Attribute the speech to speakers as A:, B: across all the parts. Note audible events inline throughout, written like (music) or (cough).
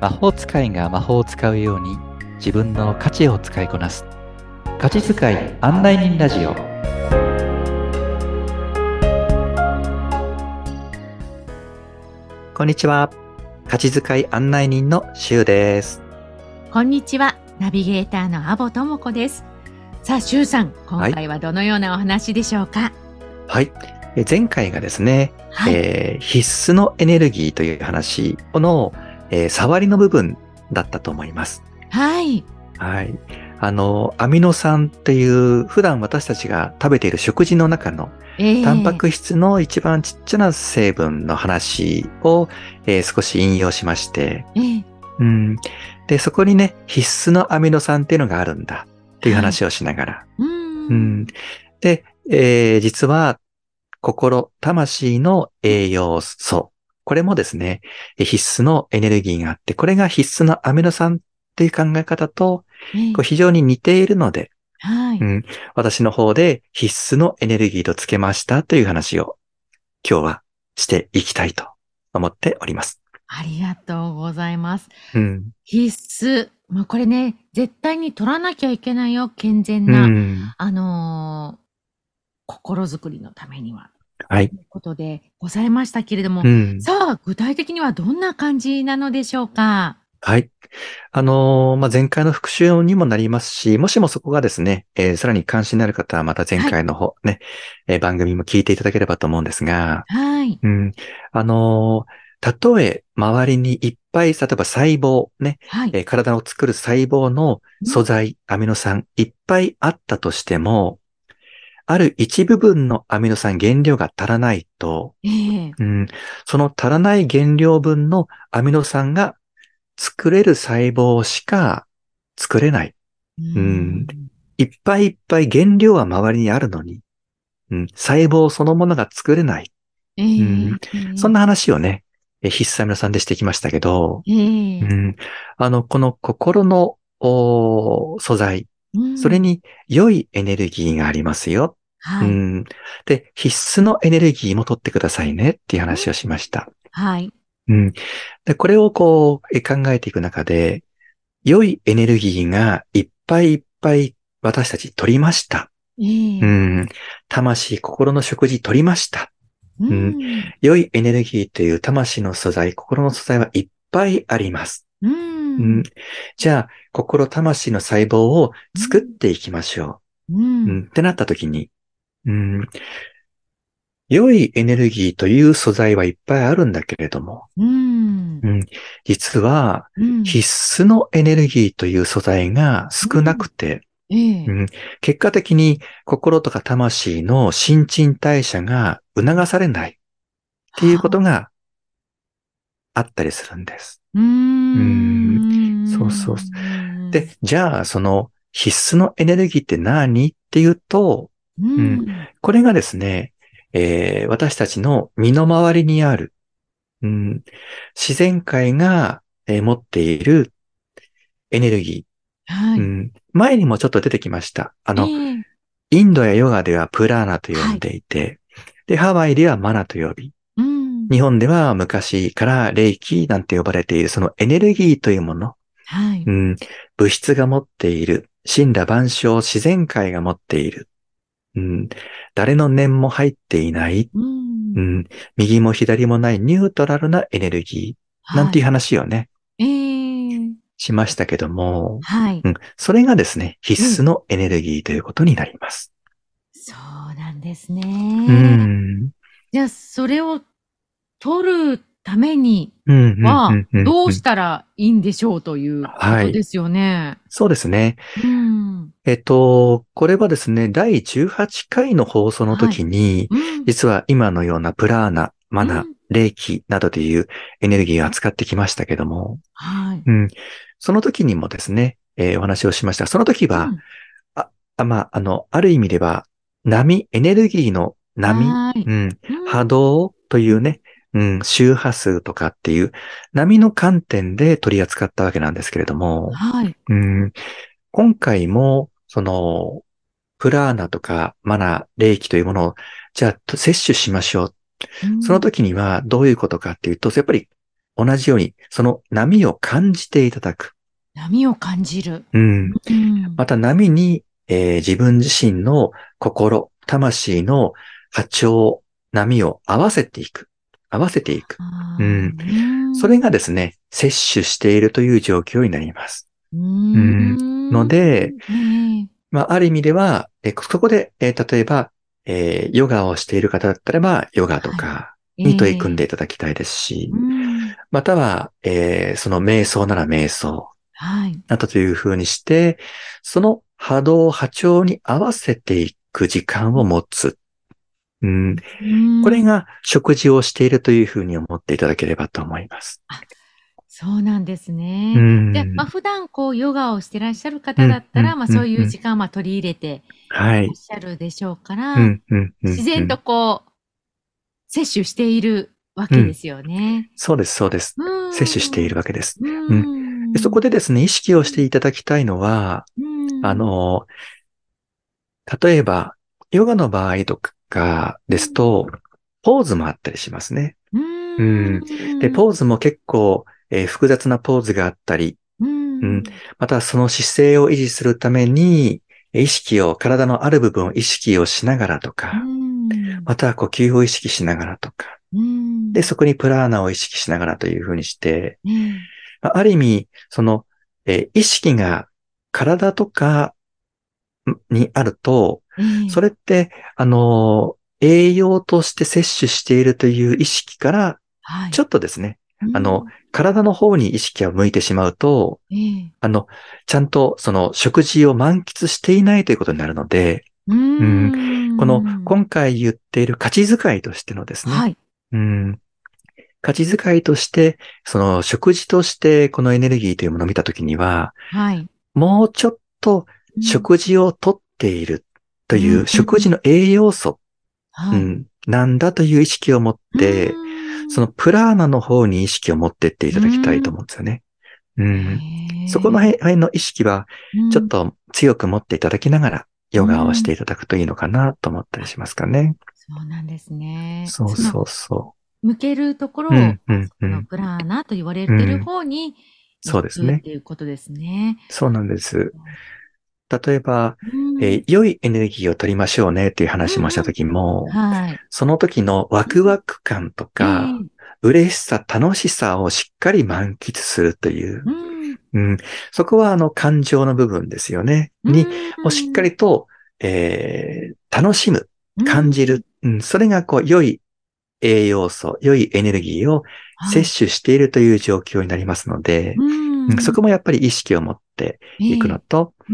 A: 魔法使いが魔法を使うように自分の価値を使いこなす価値使い案内人ラジオこんにちは価値使い案内人のしゅうです
B: こんにちは、ナビゲーターのアボともこです。さあ、しゅうさん、今回はどのようなお話でしょうか。
A: はいえ前回がですね、
B: はい、
A: えー必須のエネルギーという話の、えー触りの部分だったと思います
B: はい、
A: はい。あの、アミノ酸っていう、普段私たちが食べている食事の中の、
B: え
A: タンパク質の一番ちっちゃな成分の話を、えー少し引用しまして、
B: えー
A: うん。で、そこにね、必須のアミノ酸っていうのがあるんだっていう話をしながら、
B: うーん、
A: うん。で、えー実は、心、魂の栄養素。これもですね、え必須のエネルギーがあって、これが必須のアミノ酸っていう考え方と、
B: えー
A: これ非常に似ているので、
B: はい、
A: うん私の方で必須のエネルギーとつけましたという話を今日はしていきたいと思っております。
B: ありがとうございます。
A: うん。
B: 必須、まあ、これね、絶対に取らなきゃいけないよ、健全
A: う
B: な、
A: ん。
B: あのー心づくりのためには。
A: はい
B: ということでございましたけれども、
A: うん。
B: さあ、具体的にはどんな感じなのでしょうか。
A: はい。あのーまあ、前回の復習にもなりますし、もしもそこがですね、えーさらに関心のある方はまた前回の方、ね、えー番組も聞いていただければと思うんですが、
B: はい、
A: うん。あのーたとえ周りにいっぱい、例えば細胞、ね、
B: はい、
A: えー体を作る細胞の素材、アミノ酸いっぱいあったとしても、ある一部分のアミノ酸原料が足らないと、
B: えー
A: うん、その足らない原料分のアミノ酸が作れる細胞しか作れない。んいっぱいいっぱい原料は周りにあるのに、うん、細胞そのものが作れない。
B: ええ
A: うんそんな話をね、えー必須アミノ酸でしてきましたけど、
B: ええ
A: うん、あの、この心のおー素材、
B: うん
A: それ、に良いエネルギーがありますよ、
B: は
A: う
B: い、
A: ん。で、必須のエネルギーも取ってくださいねっていう話をしました。
B: はい、
A: うん、でこれをこうえ考えていく中で、良いエネルギーがいっぱいいっぱい私たち取りました。
B: ええ
A: うん、魂、心の食事取りました。
B: うん
A: 良いエネルギーという魂の素材、心の素材はいっぱいあります。
B: ん、
A: うん、じゃあ、心、魂の細胞を作っていきましょう。
B: うん、
A: うん、ってなった時に、うん、良いエネルギーという素材はいっぱいあるんだけれども、
B: うん、
A: 実は
B: うん、
A: 必須のエネルギーという素材が少なくて、
B: ええ
A: うん結果的に心とか魂の新陳代謝が促されないっていうことがあったりするんです。
B: うーん、
A: そうそうそ、で、じゃあその必須のエネルギーって何っていうと、
B: うん、
A: うんこれがですね、えー私たちの身の回りにある、うん、自然界が、えー持っているエネルギー、
B: はい、
A: うん。前にもちょっと出てきました。あの、
B: ええ
A: インドやヨガではプラーナと呼んでいて、で、ハワイではマナと呼び、
B: うん、
A: 日本では昔から霊気なんて呼ばれているそのエネルギーというもの、
B: はい、
A: うん、物質が持っている。神羅万象自然界が持っている。うん、誰の念も入っていない、
B: うん
A: うん。右も左もないニュートラルなエネルギー。なんていう
B: は
A: 話をね、
B: い、ええ
A: しましたけども、
B: はい、
A: うん、それがですね、必須のエネルギーということになります。
B: そうなんですね。
A: うん。
B: じゃあ、それを取るために
A: うん。
B: は
A: んんん、
B: どうし
A: ん
B: たらいいんでしょうということですよね。
A: そうですね。
B: うん。
A: えっと、これはですね、第18回の放送の時に、
B: うん
A: 実は今のようなプラーナ、マナ、
B: うん
A: 霊気などというエネルギーを扱ってきましたけども、
B: はい。
A: うん、その時にもですね、えーお話をしました。その時は、
B: うん
A: あまあ、あの、ある意味では、波、エネルギーの波、。
B: はいう
A: ん、
B: うん
A: 波動というね、うん、周波数とかっていう波の観点で取り扱ったわけなんですけれども、
B: はい。
A: うん、今回も、その、プラーナとかマナ、霊気というものを、じゃあ、摂取しましょう
B: うん
A: その時にはどういうことかっていうと、やっぱり同じように、その波を感じていただく。
B: 波を感じる。
A: うん。
B: うん
A: また波に、えー自分自身の心、魂の波長、波を合わせていく。合わせていく。
B: あ
A: う
B: ー
A: ん
B: うん
A: それがですね、摂取しているという状況になります。
B: うん
A: ので、
B: ええ
A: まあ、ある意味では、えーそこで、えー例えば、えーヨガをしている方だったらば、ヨガとかに取り組んでいただきたいですし、
B: うん
A: または、えーその瞑想なら瞑想、
B: はい。
A: などというふうにして、その波動、波長に合わせていく時間を持つ。うん、
B: うん
A: これが食事をしているというふうに思っていただければと思います。
B: そうなんですね。
A: うん
B: で、まあ、普段こうヨガをしてらっしゃる方だったら、
A: うん
B: まあ、そうい
A: んう
B: うん時間は取り入れて
A: はいい
B: らっ。しゃるでしょうから、
A: うんうんうん
B: 自然とこう、摂取しているわけですよね。
A: そうです、そうです。
B: うん
A: 摂取しているわけです。
B: うん
A: でそこでですね、意識をしていただきたいのは、
B: うん
A: あの、例えば、ヨガの場合とかですと、ポーズもあったりしますね。
B: うん
A: で、ポーズも結構、えー複雑なポーズがあったり、
B: うん
A: うんまたはその姿勢を維持するために、意識を、体のある部分を意識をしながらとか、
B: うん
A: または呼吸を意識しながらとか、
B: うん
A: で、そこにプラーナを意識しながらというふうにして、
B: ええ
A: まあある意味、その、えー意識が体とかんにあると、
B: ええ
A: それって、あのー栄養として摂取しているという意識から、
B: はい
A: ちょっとですね、
B: うん
A: あの体の方に意識が向いてしまうと、
B: ええ
A: あの、ちゃんとその食事を満喫していないということになるので、
B: うん
A: この今回言っている価値遣いとしてのですね、
B: はい。
A: うん価値遣いとして、その食事としてこのエネルギーというものを見たときには、
B: はい。
A: もうちょっと
B: うん
A: 食事をとっているといううん食事の栄養素、
B: は
A: う
B: い
A: んなんだという意識を持って、
B: うん
A: そのプラーナの方に意識を持ってっていただきたいと思うんですよね。うん、
B: へえ
A: そこの辺辺の意識は
B: うん
A: ちょっと強く持っていただきながらヨガをしていただくといいのかなと思ったりしますかね。
B: そうなんですね。
A: そう
B: の
A: そうそ
B: 向けるところを、
A: う。うんうんう
B: その
A: ん。
B: プラーナと言われてる方に、
A: そうですね
B: 行くっていうことですね。
A: そうなんです。例えば、
B: うん
A: えー良いエネルギーを取りましょうねっていう話もした時も、
B: はい。
A: その時のワクワク感とか、嬉しさ、楽しさをしっかり満喫するという
B: ええ、うん
A: うん、そこはあの感情の部分ですよね。に、
B: うん
A: をしっかりと、えー楽しむ、感じる、うん、それがこう、良い栄養素、良いエネルギーを摂取しているという状況になりますので、
B: うん
A: うんそこもやっぱり意識を持っていくのと、
B: え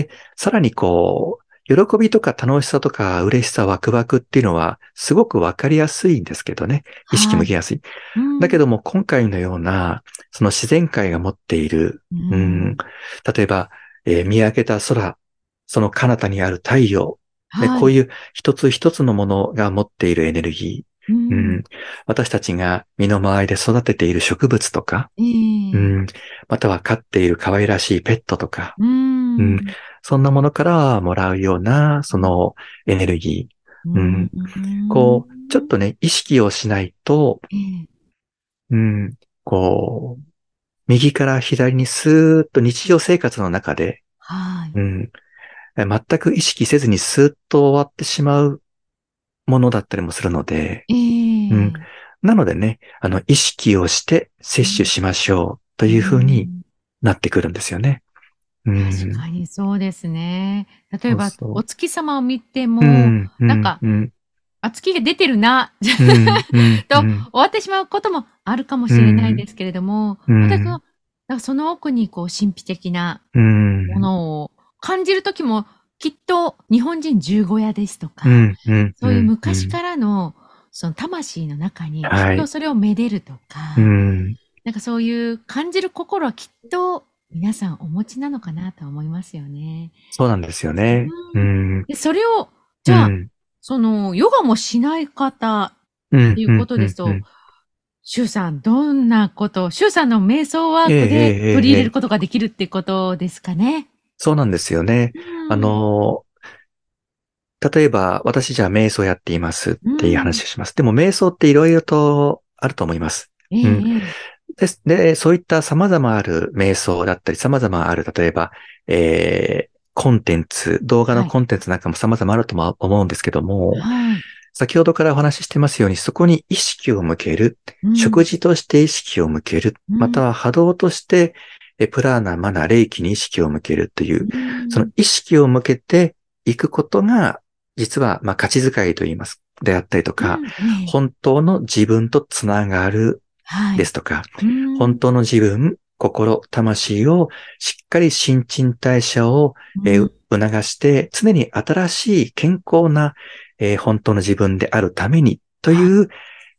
B: えうん
A: さらにこう、喜びとか楽しさとか嬉しさ、ワクワクっていうのはすごくわかりやすいんですけどね。意識向けやすい。だけども今回のような、その自然界が持っている、
B: う
A: うんん、例えば、えー見上げた空、その彼方にある太陽、ねこう
B: い
A: いう一つ一つのものが持っているエネルギ
B: う
A: ー、うん、私たちが身の回りで育てている植物とか、
B: ん
A: う
B: ええ
A: ん、または飼っている可愛らしいペットとか、
B: うん
A: うんそんなものからもらうような、そのエネルギんー。こう、ちょっとね、意識をしないと、
B: ええ
A: うん、こう、右から左にスーッと日常生活の中で、
B: はい
A: うん、え全く意識せずにスーッと終わってしまうものだったりもするので、
B: ええ
A: うんなのでね、あの、意識をして摂取しましょうというふうになってくるんですよね。うん。
B: 確かにそうですね。例えば、
A: そうそう
B: お月様を見ても、
A: うん、う
B: なんか
A: うん、
B: あ、月が出てるな、じゃ
A: うん、
B: (laughs)
A: うん
B: と
A: うん
B: 終わってしまうこともあるかもしれないですけれども、
A: うん
B: またその、だからその奥にこう神秘的な
A: うん。
B: ものを感じるときも、きっと日本人十五夜ですとか、
A: うんうん
B: そういう昔からの、その魂の中に、き
A: はい
B: っとそれをめでるとか、
A: うん
B: なんかそういう感じる心はきっと皆さんお持ちなのかなと思いますよね。
A: そうなんですよね。うん。
B: で、それを、じゃあ、
A: うん
B: その、ヨガもしない方、
A: うん
B: ということですと
A: うんうん
B: シュウさん、どんなこと、シュウさんの瞑想ワーク
A: えええええ
B: で
A: え
B: 取り入れることができるってことですかね。
A: そうなんですよね。あのー、例えば、私じゃあ瞑想やっていますっていう話をします。でも瞑想っていろいろとあると思います。
B: ええ
A: うんです。で、そういった様々ある瞑想だったり、様々ある、例えば、えー、コンテンツ、動画のコンテンツなんかも様々あるとも思うんですけども、
B: はい
A: 先ほどからお話ししてますように、そこに意識を向ける、
B: うん
A: 食事として意識を向ける、
B: うん
A: または波動として、えプラーナ、マナ、霊気に意識を向けるという、
B: うん
A: その意識を向けていくことが、実は、まあ、価値遣いといいます、であったりとか、
B: うんええ
A: 本当の自分とつながる
B: はい
A: ですとか、
B: うん
A: 本当の自分、心、魂をしっかり新陳代謝を、えー促して、常に新しい健康な、えー本当の自分であるためにという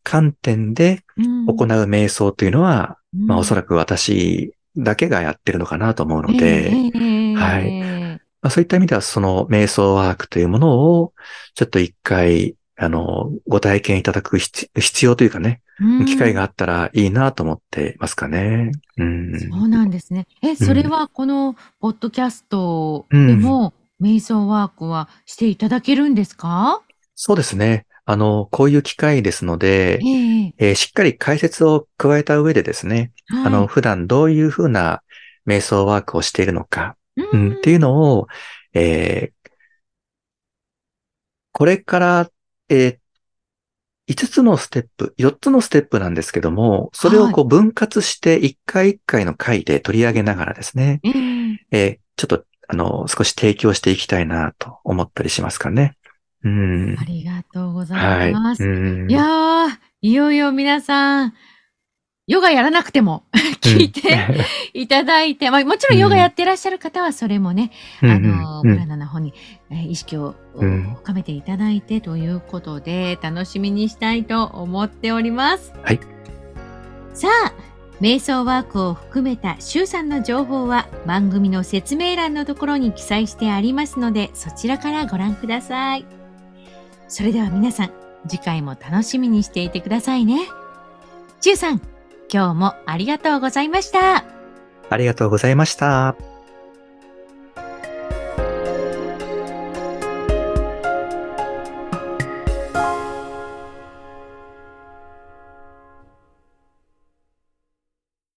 A: 観点で
B: うん
A: 行う瞑想というのは、
B: うん
A: まあおそらく私だけがやってるのかなと思うの
B: え
A: で、
B: えええ
A: はい
B: ええ
A: まあ、そういった意味ではその瞑想ワークというものをちょっと一回、あの、ご体験いただく必必要というかね、
B: うん
A: 機会があったらいいなと思ってますかね。うん。
B: そうなんですね。え、それはこのポッドキャストでも、瞑想ワークはしていただけるんですか
A: そうですね。あの、こういう機会ですので、
B: ええ。
A: えーしっかり解説を加えた上でですね、
B: はい
A: あの、、普段どういうふうな瞑想ワークをしているのか、
B: う
A: うん、っていうのを、えーこれから、えー、5つのステップ、4つのステップなんですけども、それをこう分割して1回1回の回で取り上げながらですね、
B: ええ
A: えーちょっと、あの、少し提供していきたいなと思ったりしますかね。うん
B: あ。りがとうござ
A: はい
B: います。
A: うん
B: いやー、いよいよ皆さん、ヨガやらなくても聞いていただいて、まあもちろんヨガやってらっしゃる方はそれもね、あの、
A: う
B: プ
A: んうんう
B: ラ
A: ん
B: ナの方に、えー意識を
A: うん
B: 深めていただいてということで、楽しみにしたいと思っております。
A: はい。
B: さあ、瞑想ワークを含めた周さんの情報は番組の説明欄のところに記載してありますので、そちらからご覧ください。それでは皆さん、次回も楽しみにしていてくださいね。周さん、今日もありがとうございました。
A: ありがとうございました。